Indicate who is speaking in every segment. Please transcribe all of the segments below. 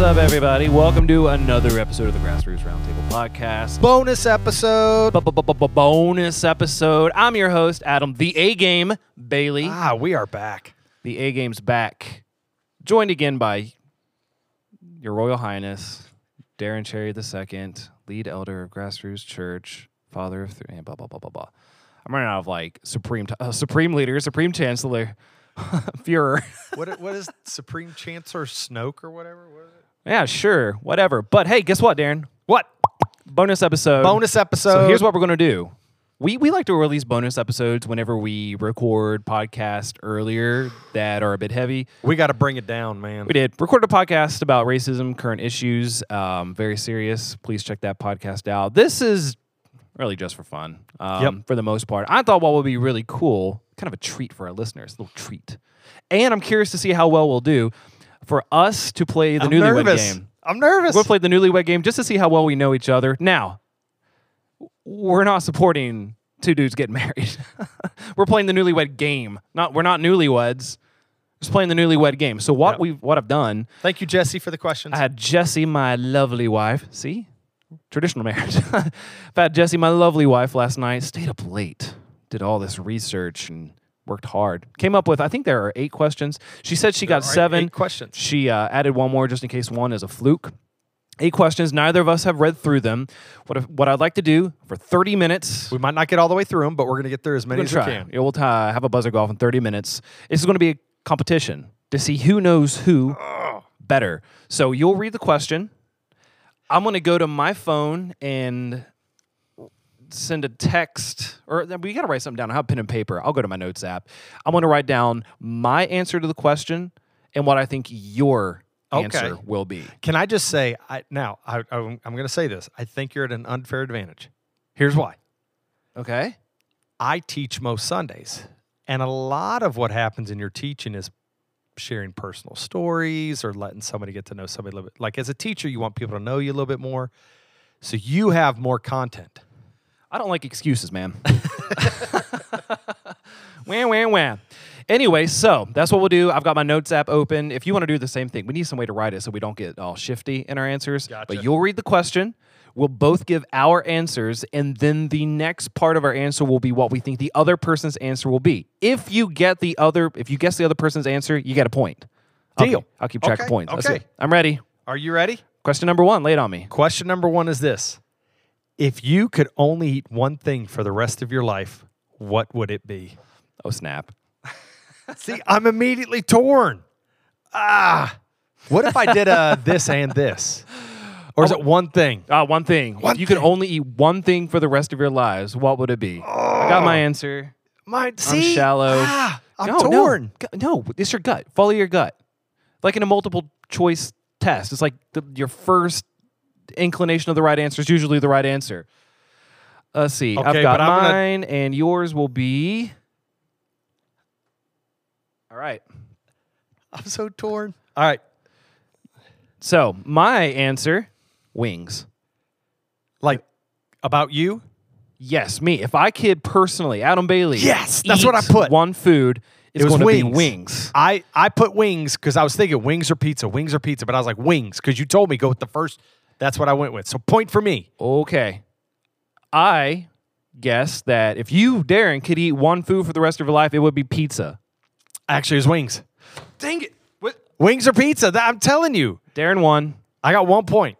Speaker 1: up, everybody? Welcome to another episode of the Grassroots Roundtable Podcast.
Speaker 2: Bonus episode.
Speaker 1: Bonus episode. I'm your host, Adam, the A Game Bailey.
Speaker 2: Ah, we are back.
Speaker 1: The A Game's back, joined again by Your Royal Highness Darren Cherry II, lead elder of Grassroots Church, father of three, and blah blah blah blah blah. I'm running out of like supreme, t- uh, supreme leader, supreme chancellor, Fuhrer.
Speaker 2: What what is Supreme Chancellor Snoke or whatever? What is it?
Speaker 1: Yeah, sure, whatever. But hey, guess what, Darren? What? Bonus episode.
Speaker 2: Bonus episode.
Speaker 1: So here's what we're gonna do. We we like to release bonus episodes whenever we record podcasts earlier that are a bit heavy.
Speaker 2: we got to bring it down, man.
Speaker 1: We did record a podcast about racism, current issues, um, very serious. Please check that podcast out. This is really just for fun, um,
Speaker 2: Yep.
Speaker 1: for the most part. I thought what would be really cool, kind of a treat for our listeners, a little treat. And I'm curious to see how well we'll do for us to play the
Speaker 2: I'm
Speaker 1: newlywed
Speaker 2: nervous.
Speaker 1: game.
Speaker 2: I'm nervous.
Speaker 1: We'll play the newlywed game just to see how well we know each other. Now, w- we're not supporting two dudes getting married. we're playing the newlywed game. Not we're not newlyweds. Just playing the newlywed game. So what we what I've done,
Speaker 2: Thank you, Jesse, for the questions.
Speaker 1: I had Jesse, my lovely wife. See, traditional marriage. I had Jesse, my lovely wife, last night. Stayed up late, did all this research and worked hard. Came up with I think there are eight questions. She said she got
Speaker 2: All right,
Speaker 1: seven.
Speaker 2: eight questions.
Speaker 1: She uh, added one more just in case one is a fluke. Eight questions. Neither of us have read through them. What if, what I'd like to do for 30 minutes.
Speaker 2: We might not get all the way through them, but we're gonna get through as many
Speaker 1: We're
Speaker 2: as
Speaker 1: gonna
Speaker 2: we
Speaker 1: try.
Speaker 2: can.
Speaker 1: Yeah, we'll t- have a buzzer golf in 30 minutes. This is going to be a competition to see who knows who better. So you'll read the question. I'm going to go to my phone and send a text, or uh, we got to write something down. I have pen and paper. I'll go to my notes app. I'm going to write down my answer to the question and what I think your
Speaker 2: Okay.
Speaker 1: answer will be.
Speaker 2: Can I just say I, now? I, I'm, I'm gonna say this. I think you're at an unfair advantage. Here's why.
Speaker 1: Okay.
Speaker 2: I teach most Sundays, and a lot of what happens in your teaching is sharing personal stories or letting somebody get to know somebody a little bit. Like as a teacher, you want people to know you a little bit more, so you have more content.
Speaker 1: I don't like excuses, man. wham, wham, wham. Anyway, so that's what we'll do. I've got my notes app open. If you want to do the same thing, we need some way to write it so we don't get all shifty in our answers.
Speaker 2: Gotcha.
Speaker 1: But you'll read the question. We'll both give our answers, and then the next part of our answer will be what we think the other person's answer will be. If you get the other, if you guess the other person's answer, you get a point. I'll
Speaker 2: Deal.
Speaker 1: keep- I'll keep track
Speaker 2: Okay,
Speaker 1: of points. That's
Speaker 2: okay.
Speaker 1: it. I'm ready.
Speaker 2: Are you ready?
Speaker 1: Question number one, lay it on me.
Speaker 2: Question number one is this: If you could only eat one thing for the rest of your life, what would it be?
Speaker 1: Oh snap!
Speaker 2: See, I'm immediately torn. Ah, what if I did a this and this, or is it one thing?
Speaker 1: Uh, one thing.
Speaker 2: One
Speaker 1: if you could only eat one thing for the rest of your lives, what would it be? I got my answer.
Speaker 2: My,
Speaker 1: I'm
Speaker 2: see,
Speaker 1: shallow.
Speaker 2: Ah, Oh. I'm
Speaker 1: No, no.
Speaker 2: torn.
Speaker 1: Gu- No, it's your gut. Follow your gut. Like in a multiple choice test, it's like the, your first inclination of the right answer is usually the right answer. Let's see.
Speaker 2: Okay,
Speaker 1: I've got
Speaker 2: but I'm gonna-
Speaker 1: mine, and yours will be. All right.
Speaker 2: I'm so torn. All right,
Speaker 1: So my answer, wings.
Speaker 2: like about you.
Speaker 1: Yes, me. If I could personally, Adam Bailey.
Speaker 2: Yes, that's what I
Speaker 1: eat
Speaker 2: put.
Speaker 1: One food. It's
Speaker 2: It was
Speaker 1: going to be
Speaker 2: wings.
Speaker 1: wings.
Speaker 2: I I put wings because I was thinking wings or pizza, wings or pizza, but I was like wings because you told me go with the first. That's what I went with. So point for me.
Speaker 1: Okay. I guess that if you, Darren, could eat one food for the rest of your life, it would be pizza.
Speaker 2: Actually, it was wings.
Speaker 1: Dang it. What?
Speaker 2: Wings or pizza? That, I'm telling you,
Speaker 1: Darren won.
Speaker 2: I got one point.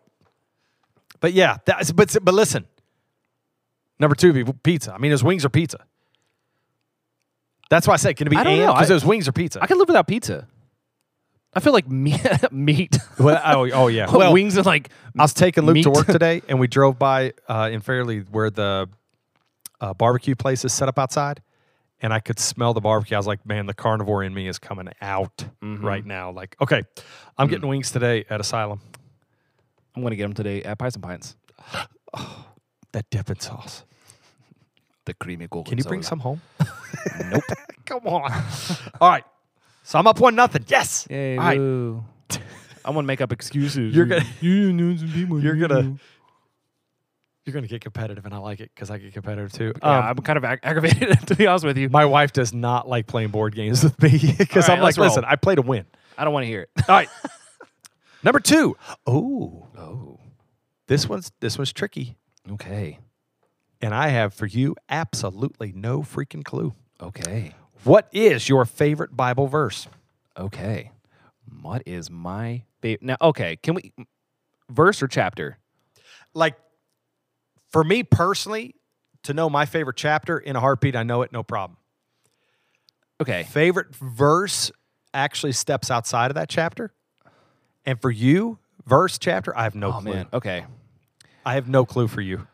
Speaker 2: But yeah, that's but but listen. Number two, would be pizza. I mean, it was wings or pizza. That's why I said can it be
Speaker 1: I don't know.
Speaker 2: because
Speaker 1: I-
Speaker 2: it was wings or pizza.
Speaker 1: I could live without pizza. I feel like me- meat.
Speaker 2: well, oh, oh yeah. Well,
Speaker 1: wings are like.
Speaker 2: I was taking Luke
Speaker 1: Meat.
Speaker 2: to work today, and we drove by uh, in Fairleigh where the uh, barbecue place is set up outside, and I could smell the barbecue. I was like, "Man, the carnivore in me is coming out
Speaker 1: Mm-hmm.
Speaker 2: right now." Like, okay, I'm
Speaker 1: Mm.
Speaker 2: getting wings today at Asylum.
Speaker 1: I'm going to get them today at Pies and Pints.
Speaker 2: That dipping sauce.
Speaker 1: The creamy golden.
Speaker 2: Can you bring some home?
Speaker 1: Nope.
Speaker 2: Come on. All right. So I'm up one nothing. Yes.
Speaker 1: Yay,
Speaker 2: All right.
Speaker 1: woo. I want to make up excuses.
Speaker 2: You're gonna-
Speaker 1: You know some people.
Speaker 2: You're
Speaker 1: you
Speaker 2: gonna-
Speaker 1: know.
Speaker 2: You're gonna get competitive, and I like it because I get competitive too.
Speaker 1: Yeah,
Speaker 2: Um,
Speaker 1: I'm kind of ag- aggravated to be honest with you.
Speaker 2: my wife does not like playing board games with me because
Speaker 1: All right,
Speaker 2: I'm like,
Speaker 1: let's roll.
Speaker 2: listen, I play to win.
Speaker 1: I don't want to hear it.
Speaker 2: All right. Number two. Oh,
Speaker 1: Oh,
Speaker 2: this one's this one's tricky,
Speaker 1: okay.
Speaker 2: and I have for you absolutely no freaking clue.
Speaker 1: Okay.
Speaker 2: What is your favorite Bible verse?
Speaker 1: Okay. What is my favorite? Now, okay. Can we verse or chapter?
Speaker 2: Like, for me personally, to know my favorite chapter in a heartbeat, I know it, no problem.
Speaker 1: Okay.
Speaker 2: Favorite verse actually steps outside of that chapter, and for you, verse chapter, I have no
Speaker 1: Oh
Speaker 2: clue.
Speaker 1: man. Okay.
Speaker 2: I have no clue for you.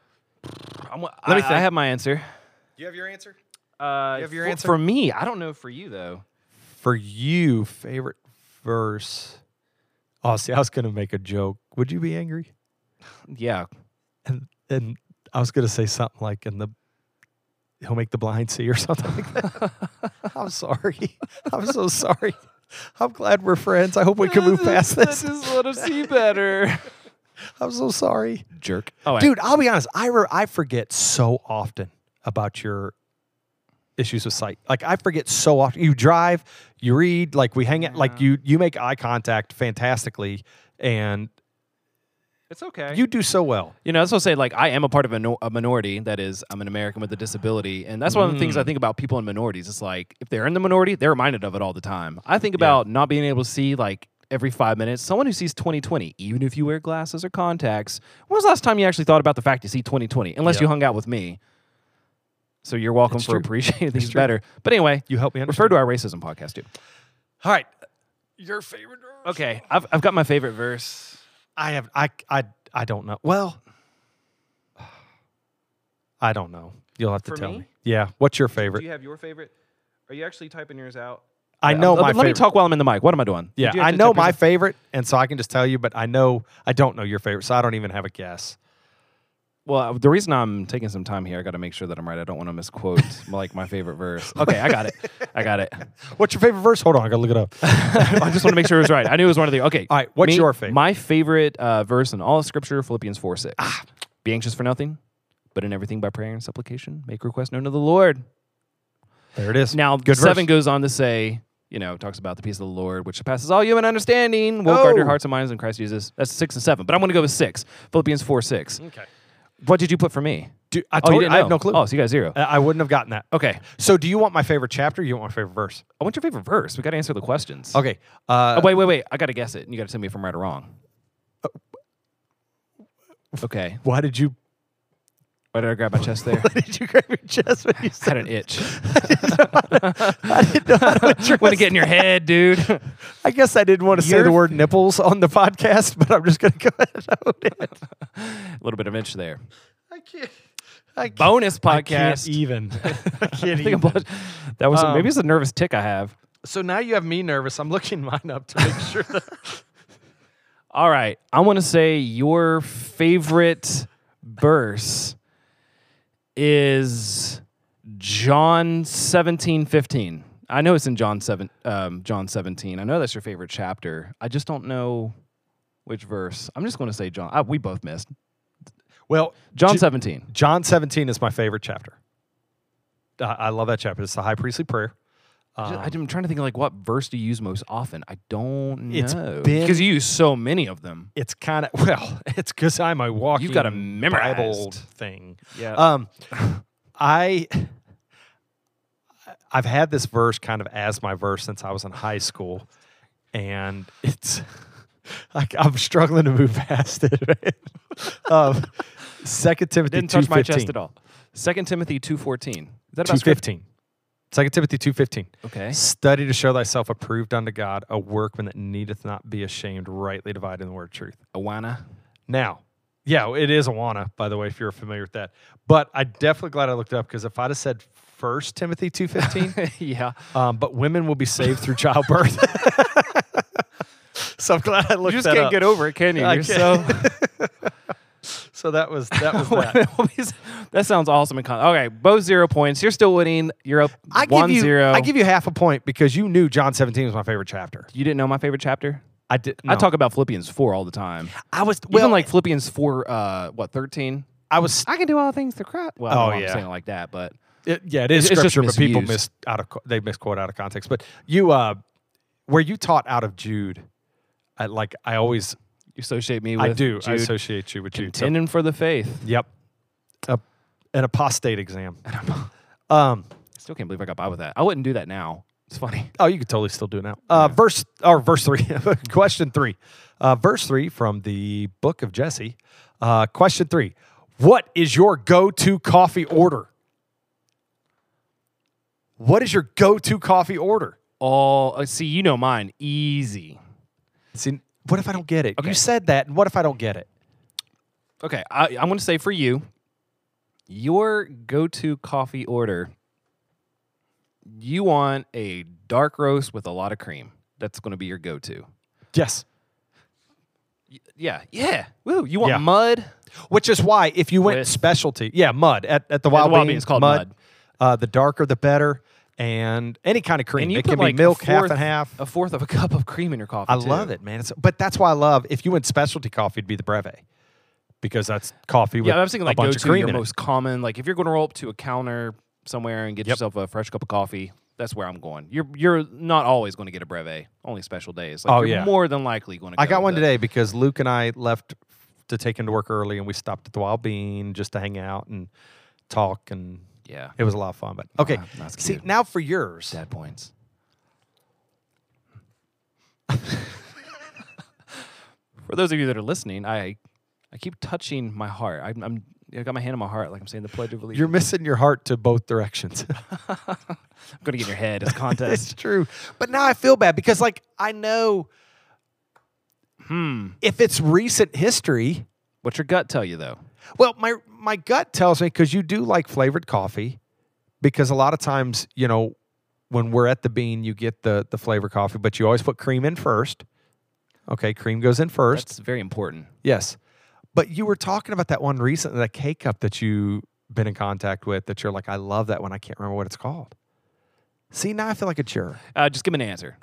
Speaker 1: I'm, Let
Speaker 2: me
Speaker 1: me
Speaker 2: think.
Speaker 1: I have my answer.
Speaker 2: Do you have your answer?
Speaker 1: Uh,
Speaker 2: You have your
Speaker 1: for,
Speaker 2: answer?
Speaker 1: for me. I don't know for you though.
Speaker 2: For you, favorite verse. Oh, see, I was gonna make a joke. Would you be angry?
Speaker 1: Yeah.
Speaker 2: And and I was gonna say something like, "And the he'll make the blind see" or something like that. I'm sorry. I'm so sorry. I'm glad we're friends. I hope we can move past this.
Speaker 1: just want to see better.
Speaker 2: I'm so sorry,
Speaker 1: Jerk. Oh, dude.
Speaker 2: dude. I'll be honest. I re- I forget so often about your issues with sight. Like I forget so often. You drive, you read, like we hang out, like you you make eye contact fantastically, and
Speaker 1: It's okay.
Speaker 2: you do so well.
Speaker 1: You know, that's what I say. Like, I am a part of a, no- a minority. That is, I'm an American with a disability, and that's one of the things I think about people in minorities. It's like if they're in the minority, they're reminded of it all the time. I think about not being able to see like every five minutes. Someone who sees 20/20, even if you wear glasses or contacts. When was the last time you actually thought about the fact you see 20/20? Unless you
Speaker 2: Yeah.
Speaker 1: hung out with me. So you're welcome
Speaker 2: It's
Speaker 1: for
Speaker 2: true.
Speaker 1: appreciating
Speaker 2: It's
Speaker 1: things
Speaker 2: true.
Speaker 1: better. But anyway,
Speaker 2: You help me
Speaker 1: refer
Speaker 2: understand.
Speaker 1: to our racism podcast too.
Speaker 2: All right, your favorite. Verse.
Speaker 1: Okay, I've I've got my favorite verse.
Speaker 2: I have I I I don't know. Well, I don't know. You'll have to
Speaker 1: For
Speaker 2: tell me?
Speaker 1: me?
Speaker 2: Yeah, what's your favorite?
Speaker 1: have your favorite? Are you actually typing yours out?
Speaker 2: I know my
Speaker 1: Let
Speaker 2: favorite.
Speaker 1: me talk while I'm in the mic. What am I doing?
Speaker 2: Yeah,
Speaker 1: Did you
Speaker 2: I
Speaker 1: have to
Speaker 2: know
Speaker 1: type yours
Speaker 2: my
Speaker 1: out?
Speaker 2: favorite, and so I can just tell you. But I know I don't know your favorite, so I don't even have a guess.
Speaker 1: Well, uh, the reason I'm taking some time here, I got to make sure that I'm right. I don't want to misquote like my favorite verse. Okay, I got it. I got it.
Speaker 2: What's your favorite verse? Hold on, I gotta look it up.
Speaker 1: I just want to make sure it was right. I knew it was one of the. Okay.
Speaker 2: All right, what's
Speaker 1: me-
Speaker 2: your favorite?
Speaker 1: My favorite uh, verse in all of Scripture, Philippians 4 6.
Speaker 2: Ah.
Speaker 1: Be anxious for nothing, but in everything by prayer and supplication, make request known to the Lord.
Speaker 2: There it is.
Speaker 1: Now,
Speaker 2: Good verse.
Speaker 1: seven goes on to say, you know, talks about the peace of the Lord, which surpasses all human understanding. Will guard your
Speaker 2: Oh.
Speaker 1: hearts and minds in Christ Jesus. That's six and seven, but I'm going to go with six. Philippians four six.
Speaker 2: okay.
Speaker 1: What did you put for me?
Speaker 2: Do, I
Speaker 1: Oh, you
Speaker 2: told you,
Speaker 1: didn't
Speaker 2: I have
Speaker 1: know.
Speaker 2: no clue.
Speaker 1: Oh, so you got zero.
Speaker 2: I I wouldn't have gotten that.
Speaker 1: Okay,
Speaker 2: So, do you want my favorite chapter? Or you want my favorite verse?
Speaker 1: I want your favorite verse. We got to answer the questions.
Speaker 2: Okay. Uh,
Speaker 1: Oh, wait, wait, wait. I got to guess it, and you got to tell me if I'm right or wrong. Uh, Okay.
Speaker 2: why did you?
Speaker 1: Why did I grab my chest there?
Speaker 2: Why did you grab your chest when you
Speaker 1: I had
Speaker 2: said?
Speaker 1: an itch.
Speaker 2: I didn't know how to address
Speaker 1: Want to get in your head, dude?
Speaker 2: I guess I didn't want to say
Speaker 1: Your
Speaker 2: the word nipples on the podcast, but I'm just going to go ahead and own it.
Speaker 1: A little bit of itch there.
Speaker 2: I can't. I can't,
Speaker 1: Bonus podcast.
Speaker 2: even. I can't
Speaker 1: I think I'm blush- that was maybe it's a nervous tick I have.
Speaker 2: So now you have me nervous. I'm looking mine up to make sure that.
Speaker 1: All right, I want to say your favorite verse is John seventeen fifteen. I know it's in John seven, um, John seventeen. I know that's your favorite chapter. I just don't know which verse. I'm just going to say John. I, we both missed
Speaker 2: Well,
Speaker 1: John
Speaker 2: J-
Speaker 1: seventeen.
Speaker 2: John 17 is my favorite chapter. I, I love that chapter. It's the high priestly prayer.
Speaker 1: Ju-
Speaker 2: Um,
Speaker 1: I'm trying to think like what verse do you use most often. I don't know
Speaker 2: It's been-
Speaker 1: because you use so many of them.
Speaker 2: it's kind of, well, it's because I'm a walking
Speaker 1: got 'em
Speaker 2: Bible
Speaker 1: memorized.
Speaker 2: thing.
Speaker 1: Yeah.
Speaker 2: Um, I I've had this verse kind of as my verse since I was in high school, and it's I, I'm struggling to move past it. man. um, Second Timothy
Speaker 1: Didn't touch my
Speaker 2: 2:15.
Speaker 1: chest at all. Second Timothy two fourteen. Is that about
Speaker 2: Two
Speaker 1: scripture?
Speaker 2: fifteen. Second Timothy two fifteen.
Speaker 1: Okay.
Speaker 2: Study to show thyself approved unto God, a workman that needeth not be ashamed, rightly dividing the word of truth.
Speaker 1: Awana.
Speaker 2: Now, yeah, it is Awana, by the way, if you're familiar with that. But I definitely glad I looked it up because if I'd have said First Timothy two fifteen,
Speaker 1: yeah.
Speaker 2: um, but women will be saved through childbirth. so I'm glad I looked
Speaker 1: You just
Speaker 2: that
Speaker 1: can't
Speaker 2: up.
Speaker 1: get over it, can you?
Speaker 2: I
Speaker 1: You're so.
Speaker 2: can't. so that was that was that.
Speaker 1: that sounds awesome. And con- okay, both zero points. You're still winning. You're up
Speaker 2: I give
Speaker 1: one
Speaker 2: you
Speaker 1: zero.
Speaker 2: I give you half a point because you knew John 17 was my favorite chapter.
Speaker 1: you didn't know my favorite chapter.
Speaker 2: I did.
Speaker 1: I talk about Philippians four all the time.
Speaker 2: I was
Speaker 1: Even
Speaker 2: well.
Speaker 1: like Philippians four, uh, what thirteen?
Speaker 2: I was.
Speaker 1: I can do all things through Christ. Well,
Speaker 2: Oh,
Speaker 1: I don't know why
Speaker 2: yeah.
Speaker 1: I'm saying it like that, but
Speaker 2: it- yeah, it is
Speaker 1: It's just
Speaker 2: scripture, but people miss
Speaker 1: misused.
Speaker 2: out of co- they misquote out of context. But you, uh, where you taught out of Jude, I like I always
Speaker 1: You associate me with
Speaker 2: I do I
Speaker 1: Jude
Speaker 2: associate you with you. So-
Speaker 1: contending for the faith.
Speaker 2: yep. A, an apostate exam. um
Speaker 1: Still can't believe I got by with that. I wouldn't do that now. It's funny.
Speaker 2: Oh, you could totally still do it now. Uh, Verse or verse three, question three, uh, verse three from the book of Jesse. Uh, question three: What is your go-to coffee order? What is your go-to coffee order?
Speaker 1: All uh, see, you know mine. Easy.
Speaker 2: See, what if I don't get it?
Speaker 1: Okay.
Speaker 2: You said that, and what if I don't get it?
Speaker 1: Okay, I, I'm going to say for you, your go-to coffee order. You want a dark roast with a lot of cream. That's going to be your go-to.
Speaker 2: Yes.
Speaker 1: Y- yeah, yeah. Woo! You want
Speaker 2: Yeah.
Speaker 1: mud?
Speaker 2: Which is why if you went
Speaker 1: With-
Speaker 2: specialty, yeah, mud at, at the
Speaker 1: the
Speaker 2: Wild,
Speaker 1: Wild
Speaker 2: Bean,
Speaker 1: Bean is called mud.
Speaker 2: Uh, the darker the better, and any kind of cream.
Speaker 1: And you
Speaker 2: it
Speaker 1: put
Speaker 2: can
Speaker 1: like a
Speaker 2: be milk, half
Speaker 1: fourth-
Speaker 2: and half.
Speaker 1: A fourth of a cup of cream in your coffee.
Speaker 2: I love it, man. It's, but that's why I love if you went specialty coffee, it'd be the Breve because that's coffee with
Speaker 1: Yeah, I'm thinking
Speaker 2: a
Speaker 1: like go
Speaker 2: bunch of
Speaker 1: to
Speaker 2: cream
Speaker 1: your
Speaker 2: in it.
Speaker 1: most common. Like if you're going to roll up to a counter somewhere and get
Speaker 2: Yep.
Speaker 1: yourself a fresh cup of coffee, that's where I'm going. You're you're not always going to get a brevet. Only special days. Like
Speaker 2: Oh,
Speaker 1: you're
Speaker 2: yeah.
Speaker 1: more than likely going to.
Speaker 2: I got one today because Luke and I left to take him to work early, and we stopped at the Wild Bean just to hang out and talk, and
Speaker 1: Yeah,
Speaker 2: it was a lot of fun. But okay,
Speaker 1: Wow, that's
Speaker 2: see
Speaker 1: cute.
Speaker 2: now for yours,
Speaker 1: dad points. For those of you that are listening, I I keep touching my heart. I'm, I'm I got my hand on my heart, like I'm saying the Pledge of Allegiance.
Speaker 2: you're missing your heart to both directions.
Speaker 1: I'm gonna get in your head. It's a contest.
Speaker 2: it's true, but now I feel bad because like I know
Speaker 1: hmm.
Speaker 2: if it's recent history,
Speaker 1: What's your gut tell you though?
Speaker 2: Well, my my gut tells me because you do like flavored coffee, because a lot of times you know when we're at the bean, you get the the flavored coffee, but you always put cream in first. Okay, cream goes in first.
Speaker 1: That's very important.
Speaker 2: yes, but you were talking about that one recently, that K cup that you been in contact with that you're like, I love that one. I can't remember what it's called. See, now I feel like a jerk.
Speaker 1: Uh, just give me an answer.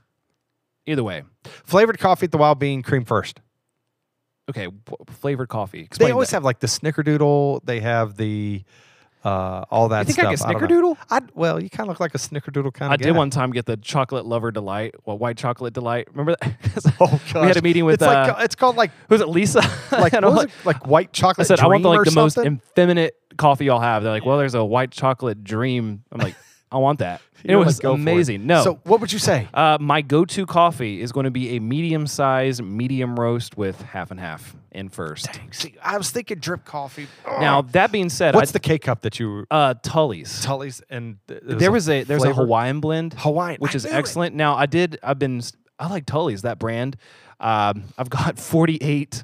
Speaker 1: Either way.
Speaker 2: Flavored coffee at the Wild Bean, cream first.
Speaker 1: Okay, wh- flavored coffee.
Speaker 2: They
Speaker 1: Explain
Speaker 2: always
Speaker 1: that.
Speaker 2: have like the snickerdoodle. They have the uh, all that
Speaker 1: You think
Speaker 2: stuff.
Speaker 1: I get
Speaker 2: don't know.
Speaker 1: snickerdoodle?
Speaker 2: I well, you kind of look like a snickerdoodle kind of.
Speaker 1: I did one time get the chocolate lover delight, well, white chocolate delight. Remember that?
Speaker 2: Oh gosh.
Speaker 1: we had a meeting with
Speaker 2: it's
Speaker 1: uh,
Speaker 2: like it's called like
Speaker 1: who's it, Lisa?
Speaker 2: like
Speaker 1: And
Speaker 2: what
Speaker 1: I'm
Speaker 2: was it? like white
Speaker 1: I
Speaker 2: chocolate.
Speaker 1: said I want the,
Speaker 2: Dream
Speaker 1: like
Speaker 2: or
Speaker 1: the most
Speaker 2: something?
Speaker 1: effeminate coffee y'all have. They're like, well, there's a white chocolate dream. I'm like, I want that.
Speaker 2: You
Speaker 1: it
Speaker 2: were like,
Speaker 1: was
Speaker 2: "Go for it."
Speaker 1: amazing. No,
Speaker 2: So what would you say?
Speaker 1: uh, my go-to coffee is going to be a medium-sized medium roast with half and half in first.
Speaker 2: See, I was thinking drip coffee. Ugh.
Speaker 1: Now that being said, I,
Speaker 2: what's the K cup that you
Speaker 1: uh, Tully's?
Speaker 2: Tully's and th-
Speaker 1: there was a there's a
Speaker 2: flavor-
Speaker 1: Hawaiian blend,
Speaker 2: Hawaiian,
Speaker 1: which
Speaker 2: I
Speaker 1: is
Speaker 2: knew it.
Speaker 1: excellent. Now I did I've been I like Tully's that brand. Um, I've got 48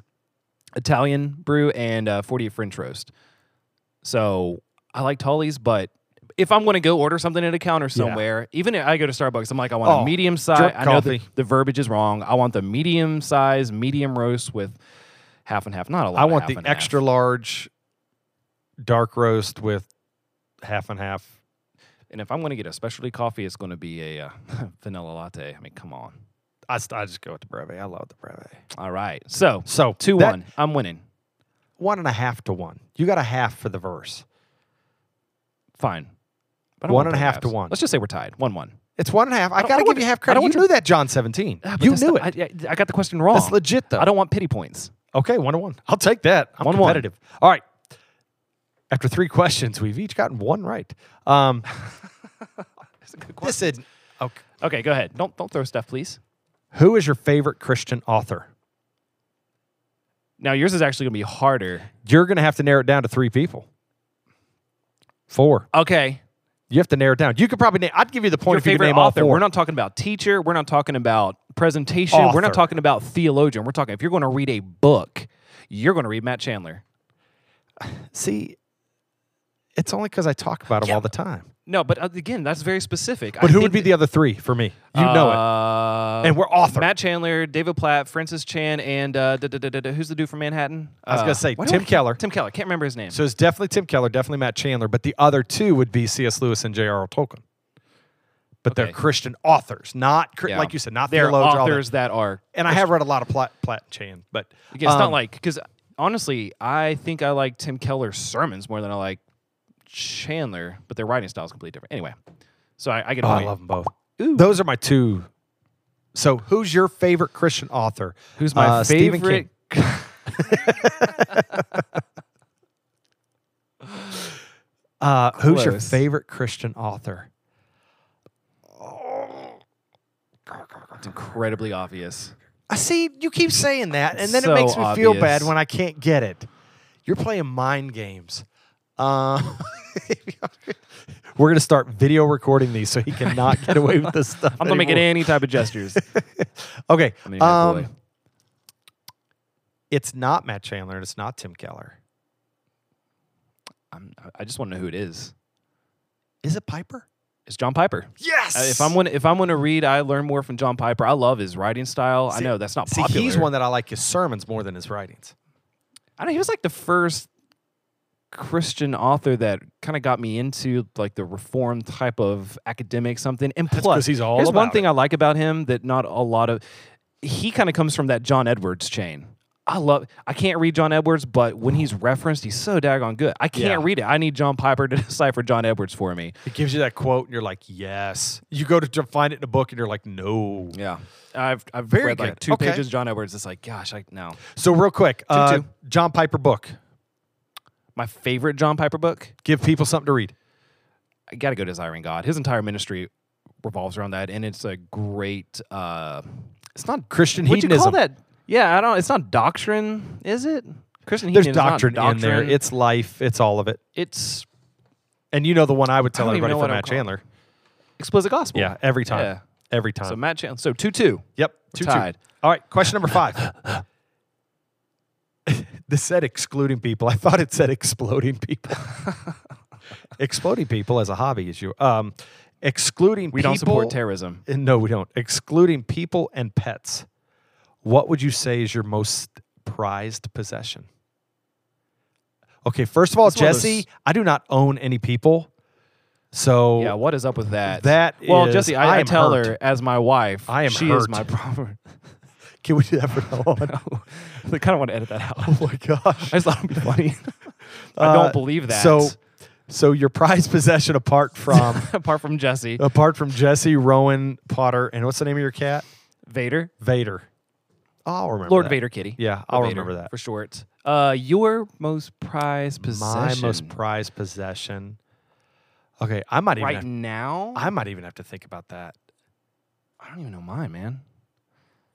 Speaker 1: Italian brew and uh, 48 French roast. So I like Tully's, but if I'm going to go order something at a counter somewhere, even if I go to Starbucks, I'm like I want
Speaker 2: Oh,
Speaker 1: a medium size.
Speaker 2: drip
Speaker 1: I know the,
Speaker 2: coffee.
Speaker 1: the verbiage is wrong. I want the medium size, medium roast with half and half. Not a lot.
Speaker 2: I
Speaker 1: of
Speaker 2: want
Speaker 1: half
Speaker 2: the
Speaker 1: and half.
Speaker 2: extra large dark roast with half and half.
Speaker 1: And if I'm going to get a specialty coffee, it's going to be a uh, vanilla latte. I mean, come on.
Speaker 2: I, st- I just go with the breve. I love the breve.
Speaker 1: All right. So
Speaker 2: So
Speaker 1: Two
Speaker 2: that-
Speaker 1: one. I'm winning.
Speaker 2: one and a half to one. You got a half for the verse.
Speaker 1: Fine. But I don't
Speaker 2: One
Speaker 1: want
Speaker 2: and a half to
Speaker 1: perhaps.
Speaker 2: one.
Speaker 1: Let's just say we're tied. One one.
Speaker 2: It's one and a half. I,
Speaker 1: don't-
Speaker 2: gotta
Speaker 1: I
Speaker 2: give
Speaker 1: wouldn't-
Speaker 2: you half
Speaker 1: I don't
Speaker 2: credit. You
Speaker 1: want
Speaker 2: knew that John Seventeen.
Speaker 1: Ah,
Speaker 2: you knew it.
Speaker 1: I, I got the question wrong.
Speaker 2: That's legit though.
Speaker 1: I don't want pity points.
Speaker 2: Okay, one to one. I'll take that. I'm
Speaker 1: One to one.
Speaker 2: competitive. All right. After three questions, we've each gotten one right. Um, listen, okay.
Speaker 1: Okay, go ahead. Don't don't throw stuff, please.
Speaker 2: who is your favorite Christian author?
Speaker 1: Now yours is actually gonna be harder.
Speaker 2: You're going to have to narrow it down to three people. Four.
Speaker 1: Okay.
Speaker 2: You have to narrow it down. You could probably name. I'd give you the point
Speaker 1: Your
Speaker 2: if you could
Speaker 1: favorite
Speaker 2: name
Speaker 1: author.
Speaker 2: all four.
Speaker 1: We're not talking about teacher. We're not talking about presentation. We're
Speaker 2: Author.
Speaker 1: not talking about theologian. We're talking if you're gonna read a book, you're gonna read Matt Chandler.
Speaker 2: See, it's only because I talk about them all the time.
Speaker 1: No, but uh, again, that's very specific.
Speaker 2: But who would be the other three for me? You know
Speaker 1: uh,
Speaker 2: it. And we're author.
Speaker 1: Matt Chandler, David Platt, Francis Chan, and uh, da, da, da, da, da, who's the dude from Manhattan? Uh, I
Speaker 2: was gonna say Tim Keller.
Speaker 1: Tim Keller. Can't remember his name.
Speaker 2: so it's definitely Tim Keller, definitely Matt Chandler, but the other two would be C.S. Lewis and J.R.R. Tolkien. But they're
Speaker 1: Okay.
Speaker 2: Christian authors, not cri-
Speaker 1: Yeah.
Speaker 2: like you said, not
Speaker 1: They're
Speaker 2: theologians, all that.
Speaker 1: authors that are.
Speaker 2: And I have read a lot of Platt, Platt and Chan, but
Speaker 1: Again, it's
Speaker 2: um,
Speaker 1: not like because honestly, I think I like Tim Keller's sermons more than I like Chandler, but their writing style is completely different. Anyway, so I, I get.
Speaker 2: oh,
Speaker 1: a
Speaker 2: I
Speaker 1: point.
Speaker 2: love them both.
Speaker 1: Ooh.
Speaker 2: Those are my two So, who's your favorite Christian author?
Speaker 1: Who's my
Speaker 2: Uh, Stephen
Speaker 1: favorite?
Speaker 2: Uh, who's your
Speaker 1: Close.
Speaker 2: favorite Christian author?
Speaker 1: It's incredibly obvious.
Speaker 2: I see you keep saying that, and then
Speaker 1: So
Speaker 2: it makes me feel
Speaker 1: obvious.
Speaker 2: bad when I can't get it. You're playing mind games. Uh, we're gonna start video recording these so he cannot get away with this stuff.
Speaker 1: I'm not making
Speaker 2: anymore.
Speaker 1: any type of gestures.
Speaker 2: Okay,
Speaker 1: I mean, my
Speaker 2: um,
Speaker 1: boy.
Speaker 2: it's not Matt Chandler and it's not Tim Keller.
Speaker 1: I'm, I just want to know who it is.
Speaker 2: Is it Piper?
Speaker 1: It's John Piper.
Speaker 2: Yes.
Speaker 1: Uh, If I'm gonna, if I'm gonna read, I learn more from John Piper. I love his writing style. I
Speaker 2: See-
Speaker 1: know that's not
Speaker 2: see,
Speaker 1: popular.
Speaker 2: he's one that I like his sermons more than his writings.
Speaker 1: I don't. know, He was like the first Christian author that kind of got me into like the reform type of academic something. And plus,
Speaker 2: he's all
Speaker 1: here's one
Speaker 2: about
Speaker 1: thing I like about him that not a lot of he kind of comes from that John Edwards chain. I love. I can't read John Edwards, but when he's referenced, he's so daggone good. I can't
Speaker 2: Yeah.
Speaker 1: read it. I need John Piper to decipher John Edwards for me.
Speaker 2: It gives you that quote, and you're like, yes. You go to, to find it in a book, and you're like, no.
Speaker 1: Yeah, I've I've
Speaker 2: Very
Speaker 1: read like
Speaker 2: good.
Speaker 1: two
Speaker 2: Okay.
Speaker 1: pages of John Edwards. It's like, gosh, I no.
Speaker 2: So real quick, uh,
Speaker 1: two.
Speaker 2: John Piper book.
Speaker 1: My favorite John Piper book.
Speaker 2: Give people something to read.
Speaker 1: I got to go Desiring God. His entire ministry revolves around that, and it's a great. uh It's not
Speaker 2: Christian
Speaker 1: Would you call
Speaker 2: hedonism.
Speaker 1: that? Yeah, I don't. It's not doctrine, is it? Christian
Speaker 2: There's
Speaker 1: hedonism. is not
Speaker 2: doctrine, in
Speaker 1: doctrine.
Speaker 2: there. It's life. It's all of it.
Speaker 1: it's
Speaker 2: And you know the one I would
Speaker 1: I
Speaker 2: tell
Speaker 1: don't even know
Speaker 2: everybody
Speaker 1: what
Speaker 2: from
Speaker 1: I'm
Speaker 2: Matt
Speaker 1: calling
Speaker 2: Chandler.
Speaker 1: explicit gospel.
Speaker 2: Yeah, every time.
Speaker 1: Yeah.
Speaker 2: Every time.
Speaker 1: So Matt Chan. So two two.
Speaker 2: yep.
Speaker 1: we're
Speaker 2: Two
Speaker 1: tied.
Speaker 2: two. All right. Question number five. this said excluding people. I thought it said exploding people. exploding people as a hobby is you. Um, excluding
Speaker 1: We don't support
Speaker 2: people-
Speaker 1: terrorism.
Speaker 2: Uh, No, we don't. Excluding people and pets, what would you say is your most prized possession? Okay, first of all,
Speaker 1: That's one of those-
Speaker 2: Jesse, I do not own any people. So
Speaker 1: Yeah, what is up with that?
Speaker 2: That
Speaker 1: well,
Speaker 2: is-
Speaker 1: Jesse,
Speaker 2: I
Speaker 1: I, I
Speaker 2: am
Speaker 1: tell
Speaker 2: hurt.
Speaker 1: her as my wife.
Speaker 2: I am
Speaker 1: She is
Speaker 2: hurt.
Speaker 1: my problem.
Speaker 2: can we do that for now on?
Speaker 1: I kind of want to edit that out.
Speaker 2: oh my gosh.
Speaker 1: I just thought it'd be funny. I don't
Speaker 2: Uh,
Speaker 1: believe that.
Speaker 2: So so your prized possession apart from
Speaker 1: apart from Jesse
Speaker 2: apart from Jesse, Rowan, Potter, and what's the name of your cat?
Speaker 1: Vader,
Speaker 2: Vader. Oh, I'll remember.
Speaker 1: Lord
Speaker 2: that.
Speaker 1: Vader Kitty.
Speaker 2: Yeah,
Speaker 1: Or
Speaker 2: I'll
Speaker 1: Vader
Speaker 2: remember that.
Speaker 1: for short. Uh, your most prized possession.
Speaker 2: My most prized possession. Okay, I might even
Speaker 1: right
Speaker 2: have-
Speaker 1: now. I,
Speaker 2: I might even have to think about that.
Speaker 1: don't even know mine, man.